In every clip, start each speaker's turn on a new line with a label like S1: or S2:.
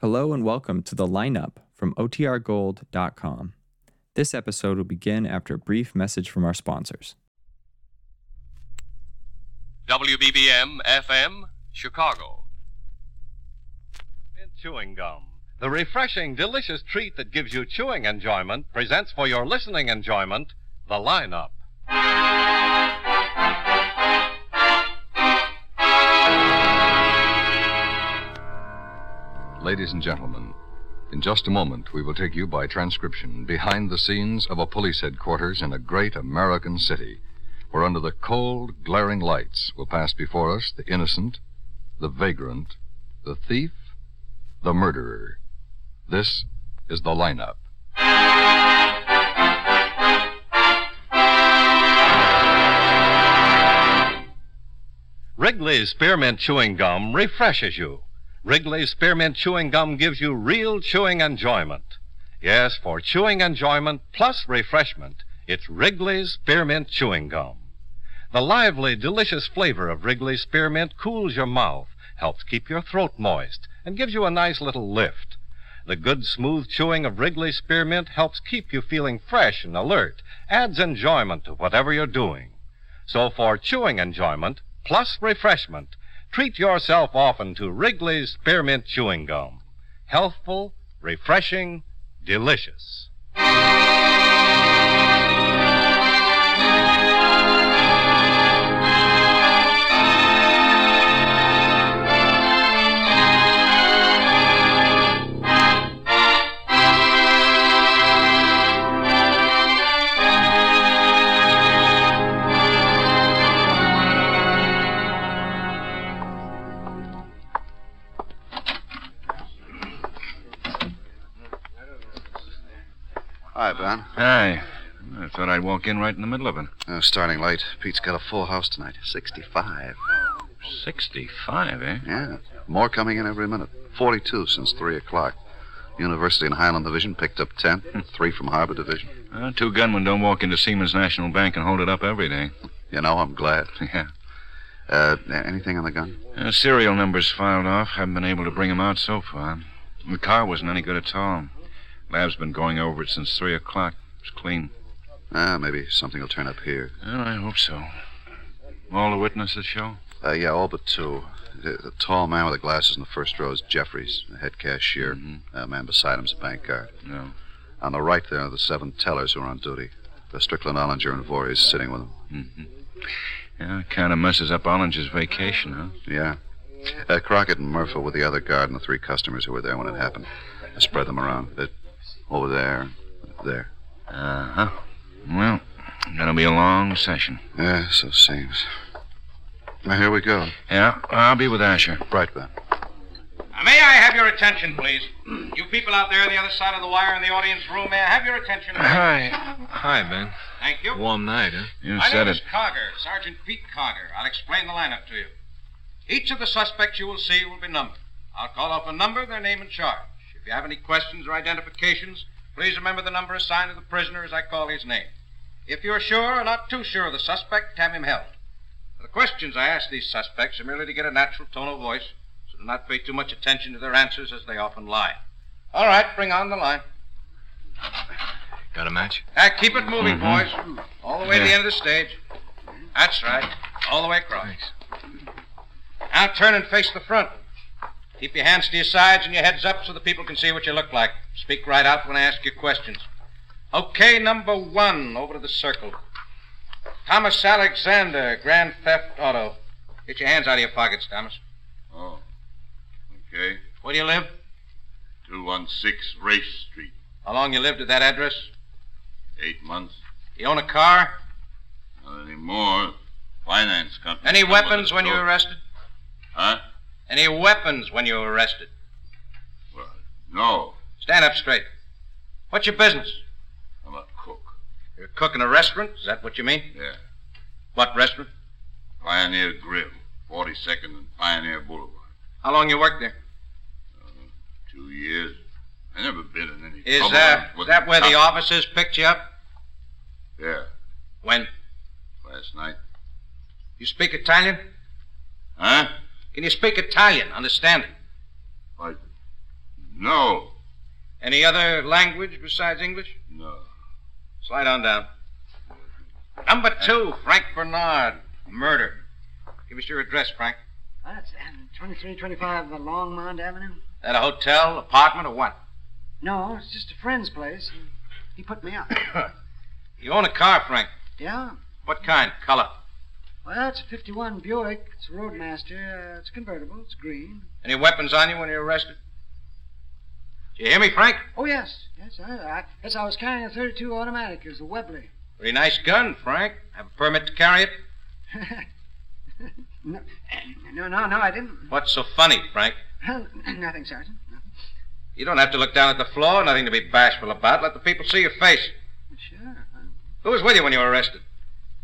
S1: Hello and welcome to the lineup from OTRGold.com. This episode will begin after a brief message from our sponsors.
S2: WBBM FM, Chicago.
S3: And chewing gum, the refreshing, delicious treat that gives you chewing enjoyment, presents for your listening enjoyment the lineup.
S4: Ladies and gentlemen, in just a moment we will take you by transcription behind the scenes of a police headquarters in a great American city, where under the cold, glaring lights will pass before us the innocent, the vagrant, the thief, the murderer. This is the lineup.
S3: Wrigley's Spearmint Chewing Gum refreshes you. Wrigley's Spearmint Chewing Gum gives you real chewing enjoyment. Yes, for chewing enjoyment plus refreshment, it's Wrigley's Spearmint Chewing Gum. The lively, delicious flavor of Wrigley's Spearmint cools your mouth, helps keep your throat moist, and gives you a nice little lift. The good, smooth chewing of Wrigley's Spearmint helps keep you feeling fresh and alert, adds enjoyment to whatever you're doing. So for chewing enjoyment plus refreshment, treat yourself often to Wrigley's Spearmint Chewing Gum. Healthful, refreshing, delicious.
S5: Hi, Ben.
S6: Hi. I thought I'd walk in right in the middle of it.
S5: Oh, starting late. Pete's got a full house tonight. 65.
S6: 65, eh?
S5: Yeah. More coming in every minute. 42 since 3 o'clock. University and Highland Division picked up 10. Three from Harbor Division.
S6: Well, two gunmen don't walk into Siemens National Bank and hold it up every day.
S5: You know, I'm glad.
S6: Yeah.
S5: Uh, anything on the gun?
S6: Uh, serial numbers filed off. Haven't been able to bring 'em out so far. The car wasn't any good at all. Lab's been going over it since 3 o'clock. It's clean.
S5: Ah, maybe something will turn up here.
S6: Well, I hope so. All the witnesses show?
S5: Uh, yeah, all but two. The, the tall man with the glasses in the first row is Jeffries, the head cashier.
S6: Mhm.
S5: Uh, man beside him's a bank guard.
S6: No.
S5: On the right there are the seven tellers who are on duty. The Strickland, Ollinger, and Voorhees sitting with them.
S6: Mm-hmm. Yeah, kind of messes up Ollinger's vacation, huh?
S5: Yeah. Uh, Crockett and Murphy were the other guard and the three customers who were there when it happened. I spread them around. It, over there, there.
S6: Uh-huh. Well, gonna be a long session.
S5: Yeah, so it seems. Now, here we go.
S6: Yeah, I'll be with Asher.
S5: Right, Ben.
S7: Uh, May I have your attention, please? You people out there on the other side of the wire in the audience room, may I have your attention?
S6: Hi.
S8: Hi, Ben.
S7: Thank you.
S8: Warm night, huh?
S6: You
S7: My
S6: said
S7: name is
S6: it.
S7: Cogger, Sergeant Pete Cogger. I'll explain the lineup to you. Each of the suspects you will see will be numbered. I'll call off a number, their name, and charge. If you have any questions or identifications, please remember the number assigned to the prisoner as I call his name. If you're sure or not too sure of the suspect, have him held. The questions I ask these suspects are merely to get a natural tone of voice, so do not pay too much attention to their answers as they often lie. All right, bring on the line.
S8: Got a match?
S7: Ah, keep it moving,
S6: Mhm.
S7: boys. All the way to the
S6: Yeah.
S7: end of the stage. That's right. All the way across. Now turn and face the front. Keep your hands to your sides and your heads up so the people can see what you look like. Speak right out when I ask you questions. Okay, number one, over to the circle. Thomas Alexander, Grand Theft Auto. Get your hands out of your pockets, Thomas.
S9: Oh. Okay.
S7: Where do you live?
S9: 216 Race Street.
S7: How long you lived at that address?
S9: Eight months.
S7: You own a car?
S9: Not anymore. Finance company.
S7: Any
S9: Come with
S7: weapons
S9: the
S7: when you were
S9: store.
S7: arrested?
S9: Huh?
S7: Any weapons when you were arrested?
S9: Well, no.
S7: Stand up straight. What's your business?
S9: I'm a cook.
S7: You're cooking a restaurant? Is that what you mean?
S9: Yeah.
S7: What restaurant?
S9: Pioneer Grill. 42nd and Pioneer Boulevard. Uh,
S7: How long you worked there?
S9: Two years. I never been in any
S7: Is
S9: trouble
S7: uh,
S9: with
S7: that where the
S9: cops.
S7: officers picked you up?
S9: Yeah.
S7: When?
S9: Last night.
S7: You speak Italian?
S9: Huh?
S7: Can you speak Italian? Understand it?
S9: I...
S7: Any other language besides English?
S10: No.
S7: Slide on down. Number two, Frank Bernard. Murder. Give us your address, Frank.
S8: That's um, 2325 uh, Longmont Avenue.
S7: At a hotel, apartment, or what?
S8: No, it's just a friend's place. He put me up.
S7: You own a car, Frank.
S8: yeah?
S7: What kind? Color?
S8: Well, it's a 51 Buick. It's a Roadmaster. Uh, it's convertible. It's green.
S7: Any weapons on you when you're arrested? Do you hear me, Frank?
S8: Oh, yes. Yes, I, I, yes, I was carrying a 32 automatic. It was a Webley.
S7: Pretty nice gun, Frank. Have a permit to carry it?
S8: no, no, no, no, I didn't.
S7: What's so funny, Frank?
S8: Well, nothing, Sergeant. Nothing.
S7: You don't have to look down at the floor. Nothing to be bashful about. Let the people see your face.
S8: Sure. huh?
S7: Who was with you when you were arrested?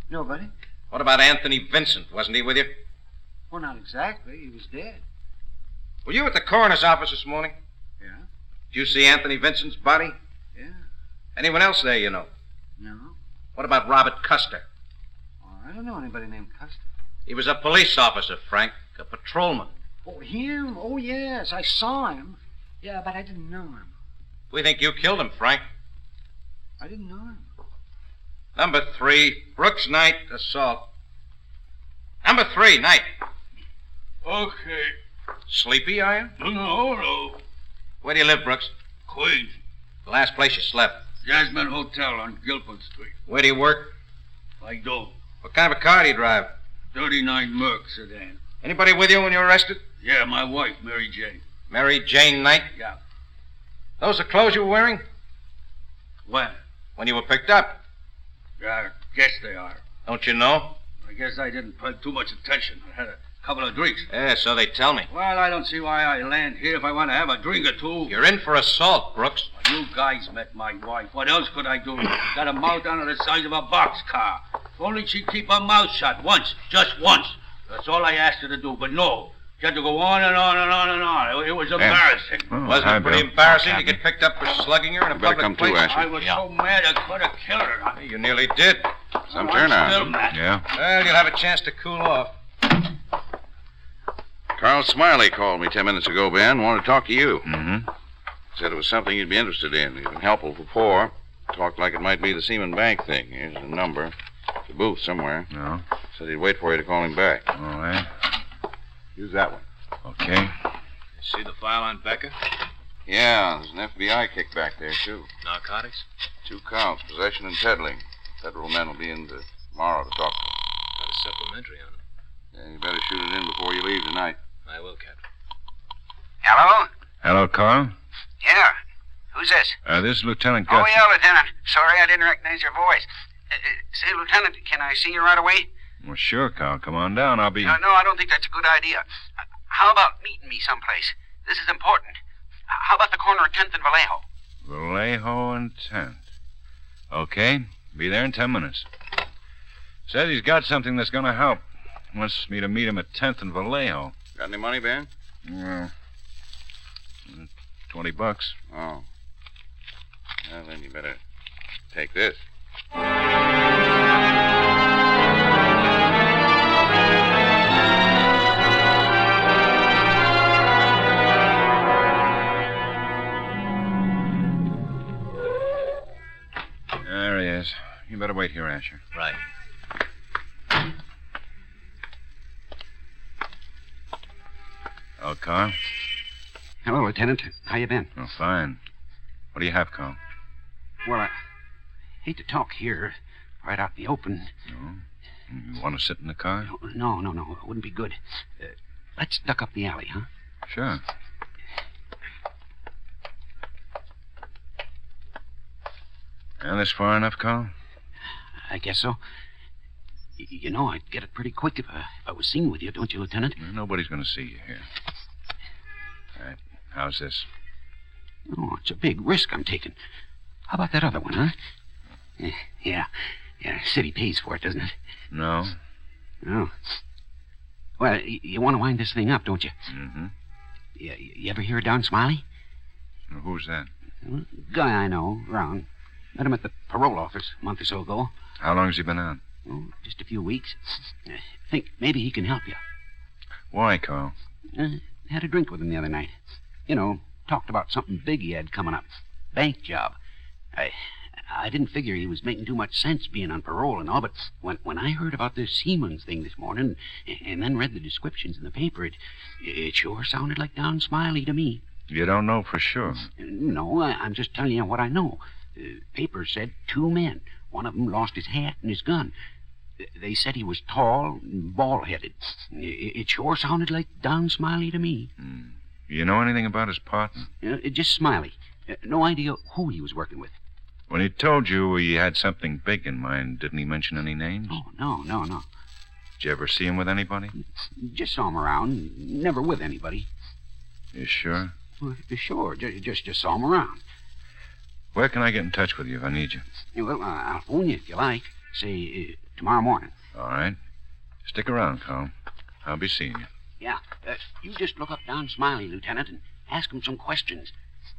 S8: Nobody.
S7: What about Anthony Vincent? Wasn't he with you?
S8: Well, not exactly. He was dead.
S7: Were you at the coroner's office this morning?
S8: Yeah?
S7: Did you see Anthony Vincent's body?
S8: Yeah.
S7: Anyone else there you know?
S8: No.
S7: What about Robert Custer?
S8: Oh, I don't know anybody named Custer.
S7: He was a police officer, Frank, a patrolman.
S8: Oh, him? Oh, yes. I saw him. Yeah, but I didn't know him.
S7: We think you killed him, Frank.
S8: I didn't know him.
S7: Number three, Brooks Knight assault. Number three, Knight.
S10: Okay.
S7: Sleepy, are you?
S10: No, no, no.
S7: Where do you live, Brooks?
S10: Queens.
S7: The last place you slept.
S10: Jasmine Hotel on Gilpin Street.
S7: Where do you work?
S10: I don't.
S7: What kind of a car do you drive?
S10: 39 Merck sedan.
S7: Anybody with you when you were arrested?
S10: Yeah, my wife, Mary Jane.
S7: Mary Jane Knight?
S10: Yeah.
S7: Those the clothes you were wearing?
S10: When?
S7: When you were picked up.
S10: Yeah, I guess they are.
S7: Don't you know?
S10: I guess I didn't pay too much attention. I had a couple of drinks.
S7: Yeah, so they tell me.
S10: Well, I don't see why I land here if I want to have a drink or two.
S7: You're in for assault, Brooks.
S10: You guys met my wife. What else could I do? Got a mouth under the size of a boxcar. If only she'd keep her mouth shut once, just once. That's all I asked her to do, but no. She had to go on and on and on and on. It, it was embarrassing.
S6: Oh,
S7: Wasn't
S6: hi,
S7: it pretty
S6: Bill.
S7: embarrassing to
S6: Captain.
S7: get picked up for slugging her in a
S9: You better
S7: public
S9: come too,
S7: place?
S9: Ash.
S10: I was
S6: Yeah.
S10: so mad I could have killed her. I-
S7: You nearly did.
S10: I'm
S9: Some turnout.
S10: still mad.
S6: Yeah.
S7: Well, you'll have a chance to cool off.
S9: Carl Smiley called me ten minutes ago, Ben. Wanted to talk to you.
S6: Mm-hmm.
S9: Said it was something you'd be interested in. You've been helpful before. Talked like it might be the Seaman Bank thing. Here's the number. The booth somewhere.
S6: No.
S9: Said he'd wait for you to call him back.
S6: All right.
S9: Use that one.
S6: Okay.
S10: See the file on Becker?
S9: Yeah, there's an FBI kickback there, too.
S10: Narcotics?
S9: Two counts, possession and peddling. Federal men will be in tomorrow to talk.
S10: Got a supplementary on him.
S9: Yeah, you better shoot it in before you leave tonight.
S10: I will, Captain.
S8: Hello?
S6: Hello, Carl.
S8: Yeah. Who's this?
S6: Uh, this is Lieutenant
S8: Oh,
S6: Guthrie.
S8: yeah, Lieutenant. Sorry I didn't recognize your voice. Uh, uh, say, Lieutenant, can I see you right away? Uh,
S6: Well, sure, Carl. Come on down. I'll be.
S10: Hmm.
S8: No, no, I don't think that's a good idea. Uh, how about meeting me someplace? This is important. Uh, how about the corner of 10th and Vallejo?
S6: Vallejo and 10th. Okay. Be there in 10 minutes. Says he's got something that's going to help. Wants me to meet him at 10th and Vallejo.
S9: Got any money, Ben?
S6: Well, 20 bucks.
S9: Oh. Well, then you better take this.
S6: There he is. You better wait here, Asher.
S10: Right.
S6: Oh, Carl?
S8: Hello, Lieutenant. How you been?
S6: Oh, fine. What do you have, Carl?
S8: Well, I hate to talk here, right out in the open.
S6: No. You want to sit in the car?
S8: No, no, no. It wouldn't be good. Uh, let's duck up the alley, huh?
S6: Sure. And this far enough, Carl?
S8: I guess so. Y- You know, I'd get it pretty quick if I, if I was seen with you, don't you, Lieutenant?
S6: Well, Nobody's going to see you here. All right. How's this?
S8: Oh, it's a big risk I'm taking. How about that other one, huh? Eh, Yeah, yeah. City pays for it, doesn't it?
S6: No.
S8: Oh. Well, y- you want to wind this thing up, don't you?
S6: Mm-hmm.
S8: You, you ever hear of Don Smiley?
S6: Who's that?
S8: Well, Guy I know, Ron. Met him at the parole office a month or so ago.
S6: How long's he been out?
S8: Oh, just a few weeks. I think maybe he can help you.
S6: Why, Carl?
S8: Uh, had a drink with him the other night. You know, talked about something big he had coming up. bank job. I I didn't figure he was making too much sense being on parole and all, but when when I heard about this Siemens thing this morning and, and then read the descriptions in the paper, it it sure sounded like Don Smiley to me.
S6: You don't know for sure.
S8: No, I, I'm just telling you what I know. Uh, paper said two men. One of 'em lost his hat and his gun. Th- They said he was tall and bald headed. It sure sounded like Don Smiley to me.
S6: You know anything about his partner?
S8: Uh, just Smiley. Uh, no idea who he was working with.
S6: When he told you he had something big in mind, didn't he mention any names?
S8: Oh, no, no, no.
S6: Did you ever see him with anybody?
S8: Just saw him around. Never with anybody.
S6: You sure?
S8: Well, Sure, just, just, just saw him around.
S6: Where can I get in touch with you if I need you?
S8: Yeah, Well, uh, I'll phone you if you like. Say, uh, tomorrow morning.
S6: All right. Stick around, Carl. I'll be seeing you.
S8: Yeah. Uh, you just look up Don Smiley, Lieutenant, and ask him some questions.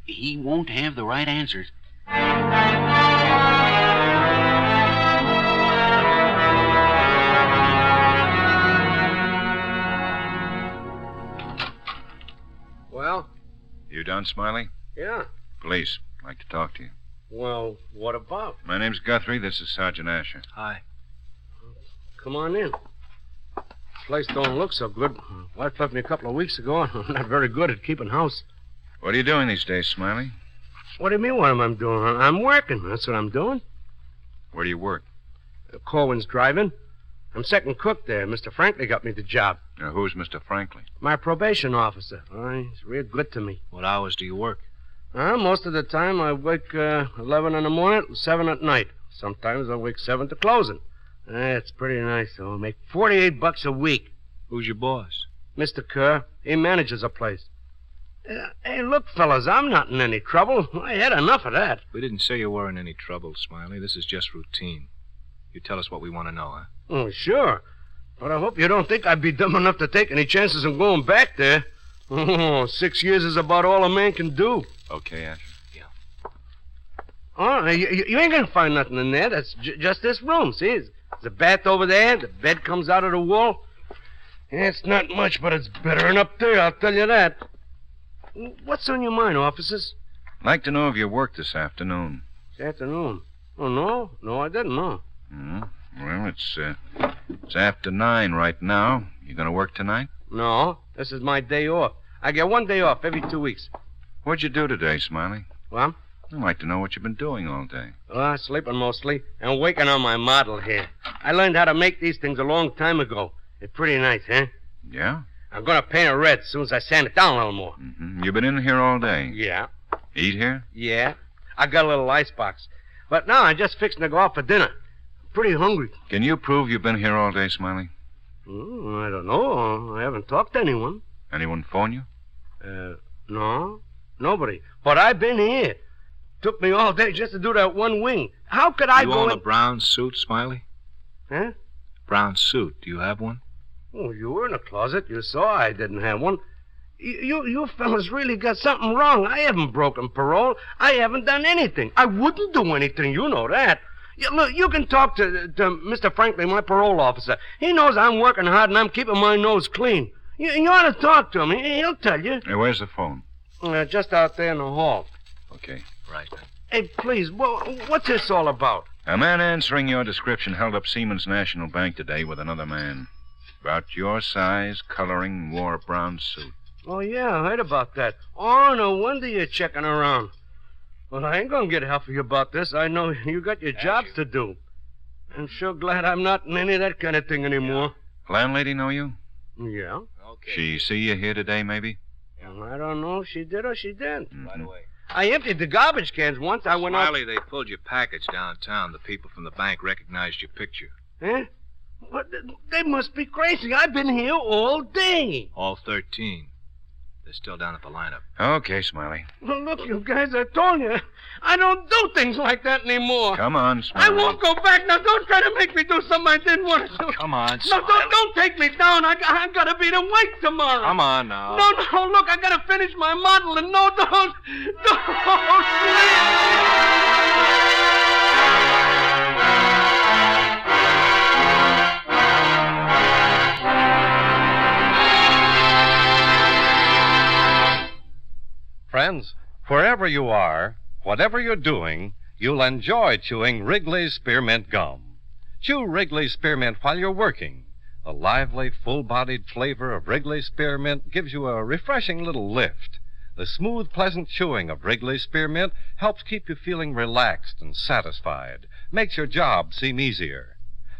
S8: He won't have the right answers.
S10: Well,
S6: You Don Smiley?
S10: yeah.
S6: Police. I'd like to talk to you.
S10: Well, what about?
S6: My name's Guthrie. This is Sergeant Asher.
S10: Hi. Come on in. Place don't look so good. Wife left me a couple of weeks ago. I'm not very good at keeping house.
S6: What are you doing these days, Smiley?
S10: What do you mean? What am I doing? I'm working. That's what I'm doing.
S6: Where do you work?
S10: Uh, Corwin's driving. I'm second cook there. Mr. Franklin got me the job.
S6: Now, who's Mr. Franklin?
S10: My probation officer. Uh, he's real good to me.
S11: What hours do you work?
S10: Uh, most of the time I wake uh, 11 in the morning, 7 at night. Sometimes I wake 7 to closing. That's pretty nice, though. I make 48 bucks a week. Who's your boss? Mr. Kerr. He manages a place. Uh, hey, look, fellas, I'm not in any trouble. I had enough of that.
S11: We didn't say you were in any trouble, Smiley. This is just routine. You tell us what we want to know, huh?
S10: Oh, sure. But I hope you don't think I'd be dumb enough to take any chances on going back there. Oh, six years is about all a man can do.
S6: Okay, Asher.
S10: Oh, you, you- you ain't gonna find nothing in there. That's j- just this room. See, there's a bath over there. The bed comes out of the wall. Yeah, it's not much, but it's better than up there. I'll tell you that. What's on your mind, officers?
S6: I'd like to know if you worked this afternoon.
S10: This afternoon. Oh no, no, I didn't know.
S6: Hmm? Well, it's, uh, it's after nine right now. You gonna work tonight?
S10: No, this is my day off. I get one day off every two weeks.
S6: What'd you do today, Smiley?
S10: Well?
S6: I'd like to know what you've been doing all day.
S10: Oh, sleeping mostly and working on my model here. I learned how to make these things a long time ago. It's pretty nice, huh?
S6: Yeah?
S10: I'm gonna paint it red as soon as I sand it down a little more.
S6: hmm You've been in here all day.
S10: Yeah.
S6: Eat here?
S10: Yeah. I got a little icebox. But now I'm just fixing to go out for dinner. I'm pretty hungry.
S6: Can you prove you've been here all day, Smiley?
S10: Mm, I don't know. I haven't talked to anyone.
S6: Anyone phone you?
S10: Uh, no. Nobody. But I've been here. Took me all day just to do that one wing. How could I
S11: you
S10: go
S11: own
S10: in...
S11: a brown suit, Smiley?
S10: Huh?
S11: Brown suit. Do you have one?
S10: Oh, you were in a closet. You saw I didn't have one. You, you, you fellas really got something wrong. I haven't broken parole. I haven't done anything. I wouldn't do anything. You know that. You, look, you can talk to, to Mr. Franklin, my parole officer. He knows I'm working hard and I'm keeping my nose clean. You, you ought to talk to him. He- He'll tell you.
S6: Hey, where's the phone?
S10: Uh, just out there in the hall.
S6: Okay.
S11: Right.
S10: Hey, please, wha- what's this all about?
S6: A man answering your description held up Siemens National Bank today with another man. About your size, coloring, wore a brown suit.
S10: Oh, yeah, I heard about that. Oh, no wonder you're checking around. Well, I ain't gonna get helpful about this. I know you got your jobs to do. I'm sure glad I'm not in any of that kind of thing anymore.
S6: Landlady know you?
S10: Yeah?
S6: She see you here today, maybe?
S10: I don't know if she did or she didn't.
S6: Mm-hmm. By the way.
S10: I emptied the garbage cans once. I went
S11: Smiley, they pulled your package downtown. The people from the bank recognized your picture.
S10: out. Huh? Eh? What? th- They must be crazy. I've been here all day.
S11: All 13. They're still down at the lineup.
S6: Okay, Smiley.
S10: Well, look, you guys, I told you. I don't do things like that anymore.
S6: Come on,
S10: I
S6: Smiley.
S10: won't go back. Now, don't try to make me do something I didn't want to do.
S11: Come on,
S10: No, don't, don't take me down. I, I gotta be to work tomorrow.
S11: Come on now.
S10: No, no, look, I gotta finish my model and no, don't, don't.
S3: Friends, wherever you are, whatever you're doing, you'll enjoy chewing Wrigley's Spearmint Gum. Chew Wrigley's Spearmint while you're working. The lively, full bodied flavor of Wrigley's Spearmint gives you a refreshing little lift. The smooth, pleasant chewing of Wrigley's Spearmint helps keep you feeling relaxed and satisfied, makes your job seem easier.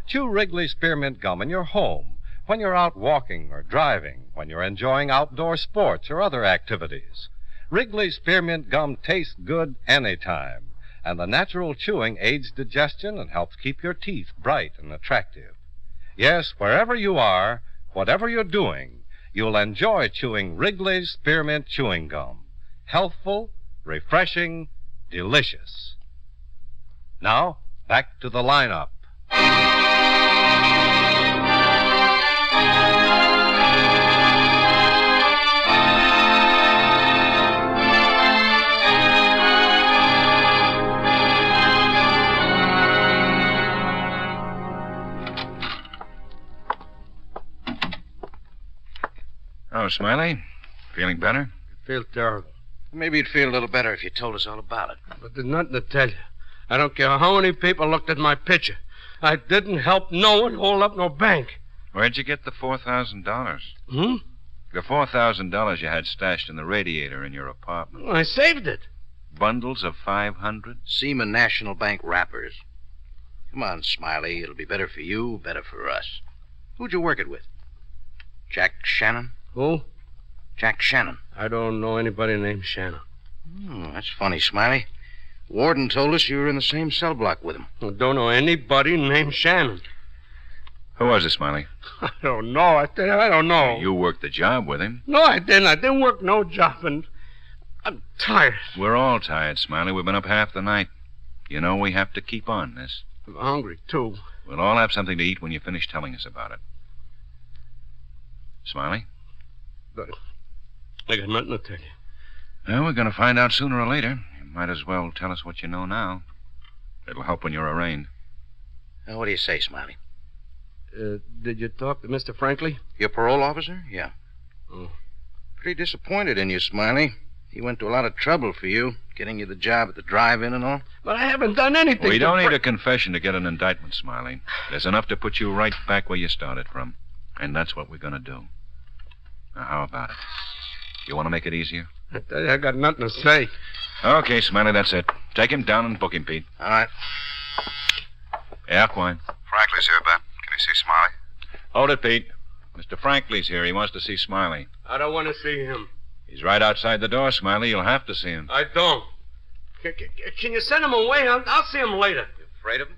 S3: Chew Wrigley's Spearmint Gum in your home, when you're out walking or driving, when you're enjoying outdoor sports or other activities. Wrigley's Spearmint Gum tastes good anytime, and the natural chewing aids digestion and helps keep your teeth bright and attractive. Yes, wherever you are, whatever you're doing, you'll enjoy chewing Wrigley's Spearmint Chewing Gum. Healthful, refreshing, delicious. Now, back to the lineup.
S6: Oh, Smiley, feeling better?
S10: Feel terrible.
S6: Maybe you'd feel a little better if you told us all about it.
S10: But there's nothing to tell you. I don't care how many people looked at my picture. I didn't help no one hold up no bank.
S6: Where'd you get the $4,000?
S10: Hmm?
S6: The $4,000 you had stashed in the radiator in your apartment.
S10: I saved it.
S6: Bundles of 500?
S12: SEMA National Bank wrappers. Come on, Smiley. It'll be better for you, better for us. Who'd you work it with? Jack Shannon?
S10: Who?
S12: Jack Shannon.
S10: I don't know anybody named Shannon.
S12: Hmm, that's funny, Smiley. Warden told us you were in the same cell block with him.
S10: I don't know anybody named Shannon.
S6: Who was it, Smiley?
S10: I don't know. I, tell you, I don't know.
S6: You worked the job with him.
S10: No, I didn't. I didn't work no job, and I'm tired.
S6: We're all tired, Smiley. We've been up half the night. You know we have to keep on this.
S10: I'm hungry, too.
S6: We'll all have something to eat when you finish telling us about it. Smiley?
S10: I got nothing to tell you.
S6: Well, we're going to find out sooner or later. You might as well tell us what you know now. It'll help when you're arraigned.
S12: Now, what do you say, Smiley?
S10: Uh, did you talk to Mr. Frankley?
S12: Your parole officer? Yeah.
S6: Mm.
S10: Oh.
S12: Pretty disappointed in you, Smiley. He went to a lot of trouble for you, getting you the job at the drive in and all.
S10: But I haven't done anything. to
S6: We don't
S10: br-
S6: need a confession to get an indictment, Smiley. There's enough to put you right back where you started from. And that's what we're going to do. Now, how about it? You want to make it easier?
S10: I tell you, I got nothing to say.
S6: Okay, Smiley, that's it. Take him down and book him, Pete.
S12: All right.
S6: Yeah, Quine.
S13: Frankly's here, Ben. Can you see Smiley?
S6: Hold it, Pete. Mr. Frankley's here. He wants to see Smiley.
S10: I don't want to see him.
S6: He's right outside the door, Smiley. You'll have to see him.
S10: I don't. Can, can you send him away? I'll, I'll see him later.
S6: Afraid of him?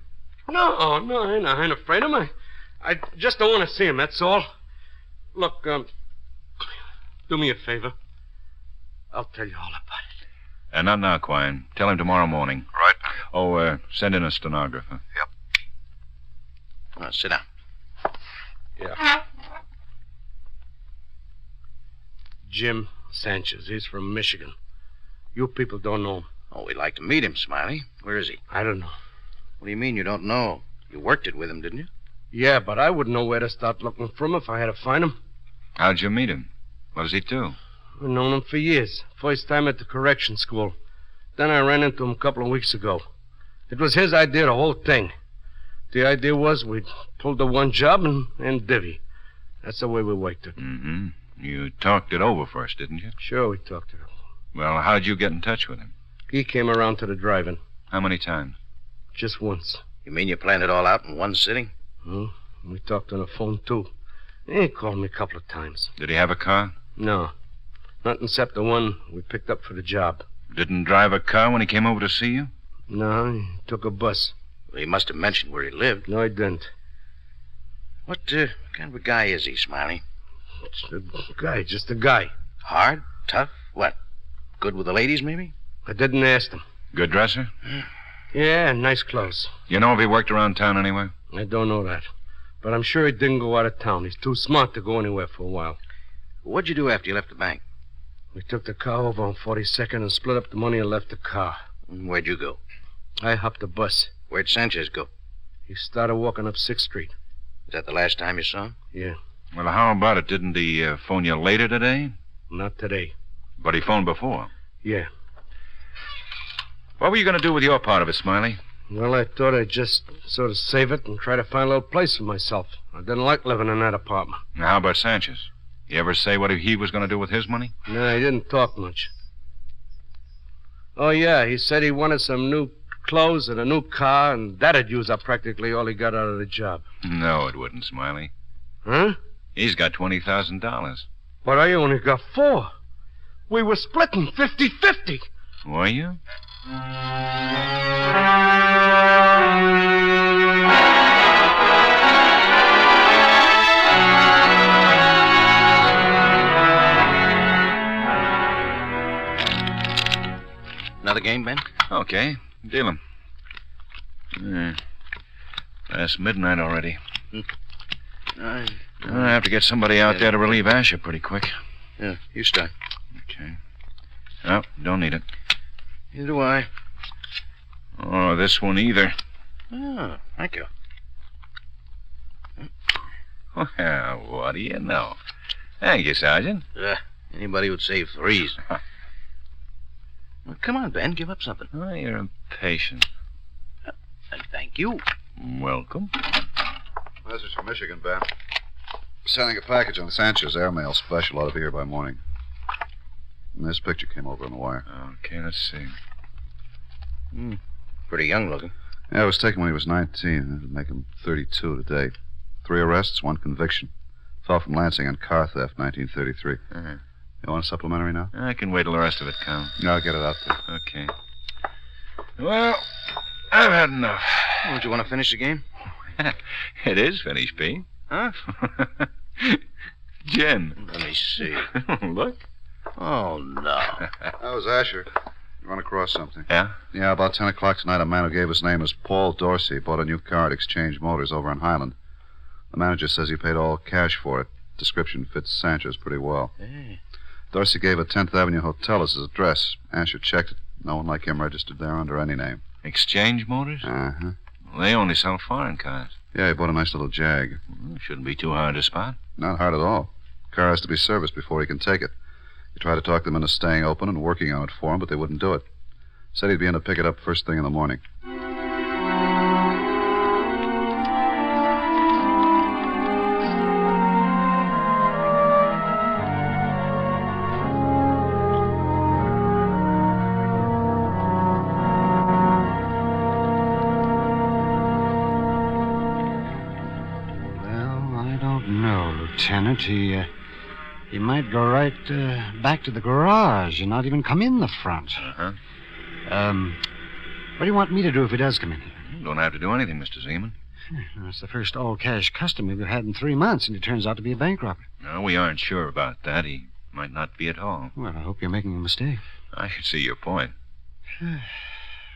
S10: No, no, I ain't, I ain't afraid of him. I, I just don't want to see him, that's all. Look, um, do me a favor. I'll tell you all about it.
S6: Uh, not now, Quine. Tell him tomorrow morning.
S13: Right.
S6: Oh, uh, send in a stenographer.
S12: Well, sit down.
S10: Jim Sanchez. He's from Michigan. You people don't know him.
S12: Oh, we'd like to meet him, Smiley. Where is he?
S10: I don't know.
S12: What do you mean you don't know? You worked it with him, didn't you?
S10: Yeah, but I wouldn't know where to start looking for him if I had to find him.
S6: How'd you meet him? What does he do?
S10: I've known him for years. First time at the correction school. Then I ran into him a couple of weeks ago. It was his idea, the whole thing. The idea was we pulled the one job and, and divvy. That's the way we worked it.
S6: Mm-hmm. You talked it over first, didn't you?
S10: Sure, we talked to him.
S6: Well, how'd you get in touch with him?
S10: He came around to the drive-in
S6: How many times?
S10: just once.
S12: You mean you planned it all out in one sitting?
S10: Hmm? We talked on the phone, too. He called me a couple of times.
S6: Did he have a car?
S10: No. Not except the one we picked up for the job.
S6: Didn't drive a car when he came over to see you?
S10: No, he took a bus.
S12: Well, he must have mentioned where he lived.
S10: No, he didn't.
S12: What uh, kind of a guy is he, Smiley?
S10: It's a guy, just a guy.
S12: Hard? Tough? What? Good with the ladies, maybe?
S10: I didn't ask him.
S6: Good dresser?
S10: Yeah, nice clothes.
S6: You know if he worked around town anywhere?
S10: I don't know that. But I'm sure he didn't go out of town. He's too smart to go anywhere for a while.
S12: What'd you do after you left the bank?
S10: We took the car over on 42nd and split up the money and left the car.
S12: And Where'd you go?
S10: I hopped the bus.
S12: Where'd Sanchez go?
S10: He started walking up 6th Street.
S12: Is that the last time you saw him?
S10: Yeah,
S6: Well, how about it? Didn't he uh, phone you later today?
S10: not today.
S6: But he phoned before.
S10: Yeah.
S6: What What were you going to do with your part of it, Smiley?
S10: Well, I thought I'd just sort of save it and try to find a little place for myself. I didn't like living in that apartment.
S6: Now, how about Sanchez? You ever say what he was going to do with his money?
S10: No, he didn't talk much. Oh, yeah, he said he wanted some new clothes and a new car, and that'd use up practically all he got out of the job.
S6: No, it wouldn't, Smiley.
S10: Huh?
S6: He's got $20,000.
S10: But I only got four. We were splitting 50 50.
S6: Were you?
S14: Another game, Ben?
S6: Okay. Deal him. Yeah. Past midnight already.
S14: I...
S6: I'm going to have to get somebody out there to relieve Asher pretty quick.
S14: Yeah, you start.
S6: Okay. Oh, don't need it.
S14: Neither do I.
S6: Oh, this one either.
S14: Oh, thank you.
S6: Well, what do you know? Thank you, Sergeant.
S14: Uh, anybody would save threes. Well, come on, Ben, give up something.
S6: Oh, you're impatient.
S14: thank you.
S6: Welcome.
S5: This is from Michigan, Ben. Sending a package on the Sanchez airmail special out of here by morning. And this picture came over on the wire.
S6: Okay, let's see.
S12: Hmm.
S14: Pretty young looking.
S5: Yeah, it was taken when he was 19. That'll make him 32 today. Three arrests, one conviction. Fell from Lansing on car theft, 1933.
S6: Mm-hmm.
S5: You want a supplementary now?
S6: I can wait till the rest of it comes.
S5: No, I'll get it out there.
S6: Okay. Well, I've had enough.
S14: Don't you want to finish the game?
S6: It is finished, Pete.
S14: Huh?
S6: Gin.
S14: Let me see.
S6: Look.
S14: Oh, no.
S5: That was Asher. You run across something?
S6: Yeah?
S5: Yeah, about 10 o'clock tonight, a man who gave his name as Paul Dorsey bought a new car at Exchange Motors over on Highland. The manager says he paid all cash for it. Description fits Sanchez pretty well.
S14: Hey.
S5: Dorsey gave a 10th Avenue hotel as his address. Asher checked it. No one like him registered there under any name.
S6: Exchange Motors?
S5: Uh huh.
S6: They only sell foreign cars.
S5: Yeah, he bought a nice little Jag.
S6: Well, Shouldn't be too hard to spot.
S5: Not hard at all. Car has to be serviced before he can take it. He tried to talk them into staying open and working on it for him, but they wouldn't do it. Said he'd be in to pick it up first thing in the morning.
S14: Well, I don't know, Lieutenant. He, uh, he might go right uh, back to the garage and not even come in the front.
S6: Uh-huh.
S14: Um, what do you want me to do if he does come in here?
S6: Don't have to do anything, Mr. Zeman.
S14: It's the first all-cash customer we've had in three months, and he turns out to be a bank robber.
S6: No, we aren't sure about that. He might not be at all.
S14: Well, I hope you're making a mistake.
S6: I can see your point.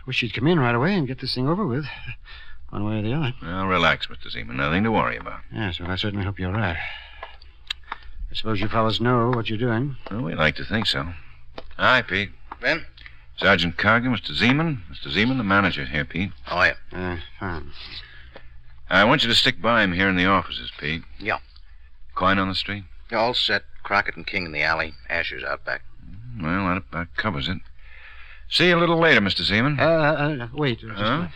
S14: Wish you'd come in right away and get this thing over with, one way or the other.
S6: Now, relax, Mr. Zeman. Nothing to worry about.
S14: Yes, well, I certainly hope you're right. I suppose you fellows know what you're doing.
S6: Well, we like to think so. Hi, Pete.
S14: Ben?
S6: Sergeant Cargill, Mr. Zeman. Mr. Zeman, the manager here, Pete.
S14: How are you? Uh, fine.
S6: I want you to stick by him here in the offices, Pete.
S14: Yeah.
S6: Coin on the street?
S14: You're all set. Crockett and King in the alley. Asher's out back.
S6: Well, that about covers it. See you a little later, Mr. Zeman.
S14: Uh, uh wait. just a
S6: Huh?
S14: minute.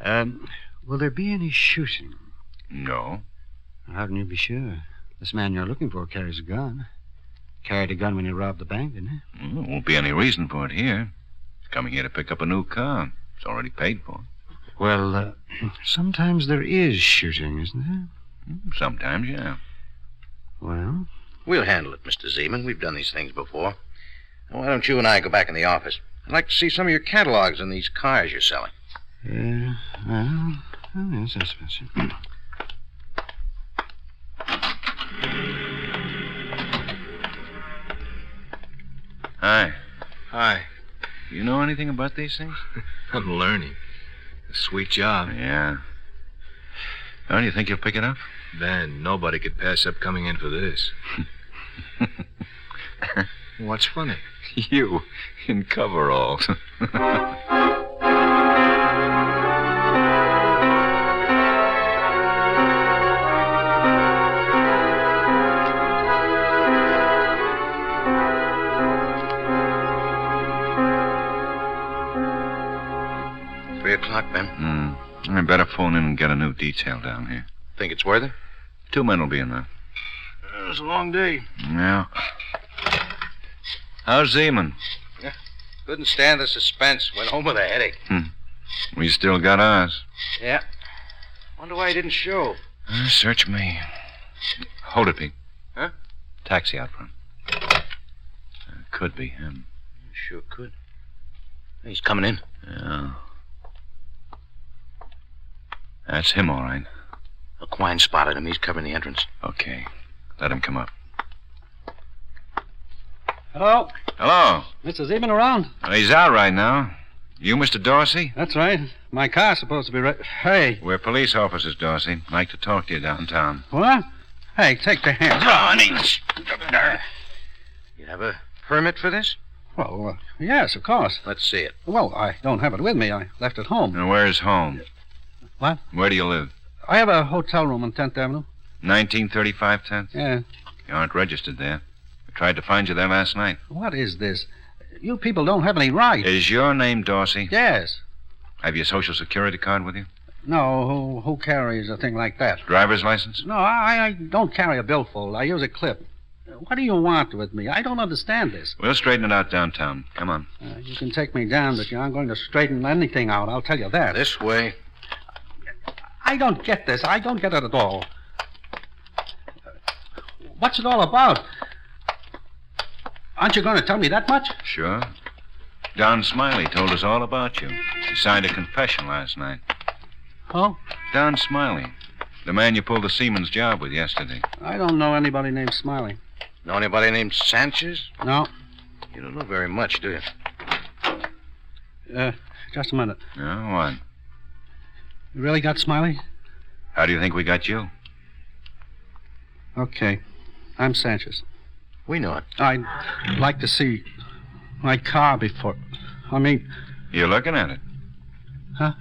S14: Um, will there be any shooting?
S6: No.
S14: How can you be sure? This man you're looking for carries a gun. Carried a gun when he robbed the bank, didn't he?
S6: Well, there won't be any reason for it here. He's coming here to pick up a new car. It's already paid for.
S14: Well, uh, sometimes there is shooting, isn't there?
S6: Sometimes, yeah.
S14: Well,
S12: We'll handle it, Mr. Zeman. We've done these things before. Now, Why don't you and I go back in the office? I'd like to see some of your catalogs on these cars you're selling.
S14: uh, well, oh, yes, I suppose. so.
S6: Hi.
S4: Hi.
S6: You know anything about these things?
S4: I'm learning. A sweet job.
S6: Yeah. Well, you think you'll pick it up?
S4: Ben, nobody could pass up coming in for this. What's funny?
S6: You in coveralls.
S12: o'clock, Ben.
S6: Hmm. I better phone in and get a new detail down here.
S12: Think it's worth it?
S6: Two men will be enough.
S9: It's a long day.
S6: Yeah. How's Zeman?
S12: Couldn't stand the suspense. Went home with a headache.
S6: We still got ours.
S12: Yeah. Wonder why he didn't show.
S6: Uh, search me. Hold it, Pete.
S12: Huh?
S6: Taxi out front. Uh, could be him.
S12: Sure could. He's coming in.
S6: Yeah. That's him, all right.
S12: Quine spotted him. He's covering the entrance.
S6: Okay. Let him come up.
S15: Hello,
S6: Hello.
S15: Mr. Zeman around?
S6: Uh, He's out right now. You, Mr. Dorsey?
S15: That's right. My car's supposed to be right. Hey.
S6: We're police officers, Dorsey. Like to talk to you downtown.
S15: What? Hey, take the hand.
S12: You have a permit for this?
S15: Well, uh, yes, of course.
S12: Let's see it.
S15: Well, I don't have it with me. I left it home.
S6: Now, where's home?
S15: What?
S6: Where do you live?
S15: I have a hotel room on 10th Avenue.
S6: 1935 10th?
S15: Yeah.
S6: You aren't registered there. We tried to find you there last night.
S15: What is this? You people don't have any right.
S6: Is your name Dorsey?
S15: Yes.
S6: Have your social security card with you?
S15: No, who, who carries a thing like that?
S6: Driver's license?
S15: No, I, I don't carry a billfold. I use a clip. What do you want with me? I don't understand this.
S6: We'll straighten it out downtown. Come on.
S15: Uh, you can take me down, but you aren't going to straighten anything out. I'll tell you that.
S12: This way.
S15: I don't get this. I don't get it at all. What's it all about? Aren't you going to tell me that much?
S6: Sure. Don Smiley told us all about you. He signed a confession last night.
S15: Oh?
S6: Don Smiley, the man you pulled the seaman's job with yesterday.
S15: I don't know anybody named Smiley.
S12: Know anybody named Sanchez?
S15: No.
S12: You don't know very much, do you?
S15: Uh, just a minute.
S6: Yeah, what?
S15: You really got Smiley?
S6: How do you think we got you?
S15: Okay. I'm Sanchez.
S12: We know it.
S15: I'd like to see my car before. I mean,
S6: You're looking at it.
S15: Huh?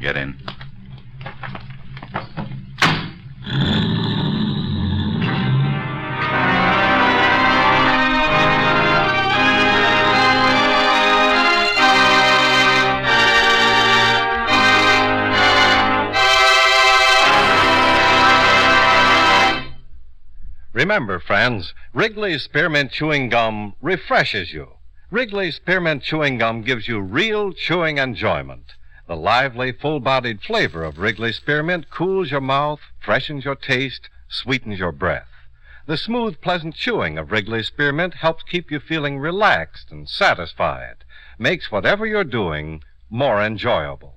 S6: Get in.
S3: Remember, friends, Wrigley's Spearmint Chewing Gum refreshes you. Wrigley's Spearmint Chewing Gum gives you real chewing enjoyment. The lively, full bodied flavor of Wrigley's Spearmint cools your mouth, freshens your taste, sweetens your breath. The smooth, pleasant chewing of Wrigley's Spearmint helps keep you feeling relaxed and satisfied, makes whatever you're doing more enjoyable.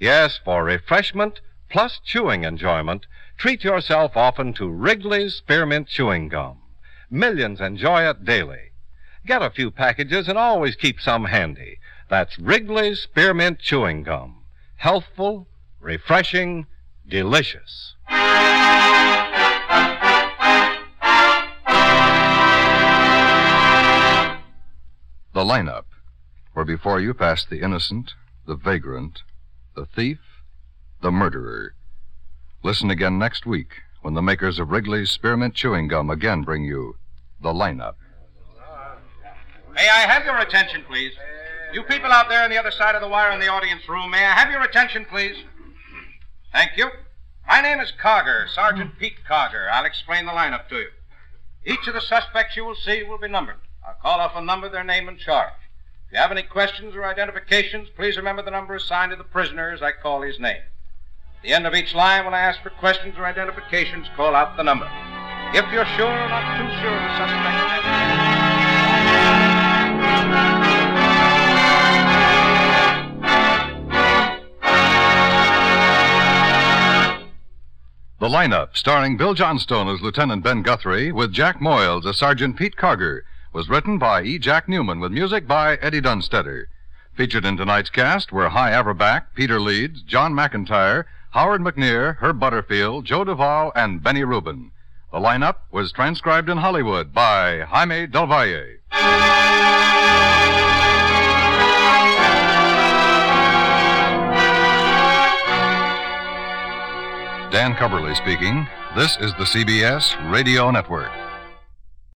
S3: Yes, for refreshment plus chewing enjoyment, treat yourself often to Wrigley's Spearmint Chewing Gum. Millions enjoy it daily. Get a few packages and always keep some handy. That's Wrigley's Spearmint Chewing Gum. Healthful, refreshing, delicious.
S4: The lineup, where before you passed the innocent, the vagrant, the thief, the murderer. Listen again next week when the makers of Wrigley's Spearmint Chewing Gum again bring you the lineup.
S7: May I have your attention, please? You people out there on the other side of the wire in the audience room, may I have your attention, please? Thank you. My name is Cogger, Sergeant Pete Cogger. I'll explain the lineup to you. Each of the suspects you will see will be numbered. I'll call off a number, their name, and charge. If you have any questions or identifications, please remember the number assigned to the prisoner as I call his name. At the end of each line, when I ask for questions or identifications, call out the number. If you're sure or not too sure of the suspect,
S4: The lineup, starring Bill Johnstone as Lieutenant Ben Guthrie, with Jack Moyles as Sergeant Pete Carger, was written by E. Jack Newman with music by Eddie Dunstetter. Featured in tonight's cast were High Averback, Peter Leeds, John McIntyre, Howard McNear, Herb Butterfield, Joe Duvall, and Benny Rubin. The lineup was transcribed in Hollywood by Jaime Del Valle. Dan Coverly speaking. This is the CBS Radio Network.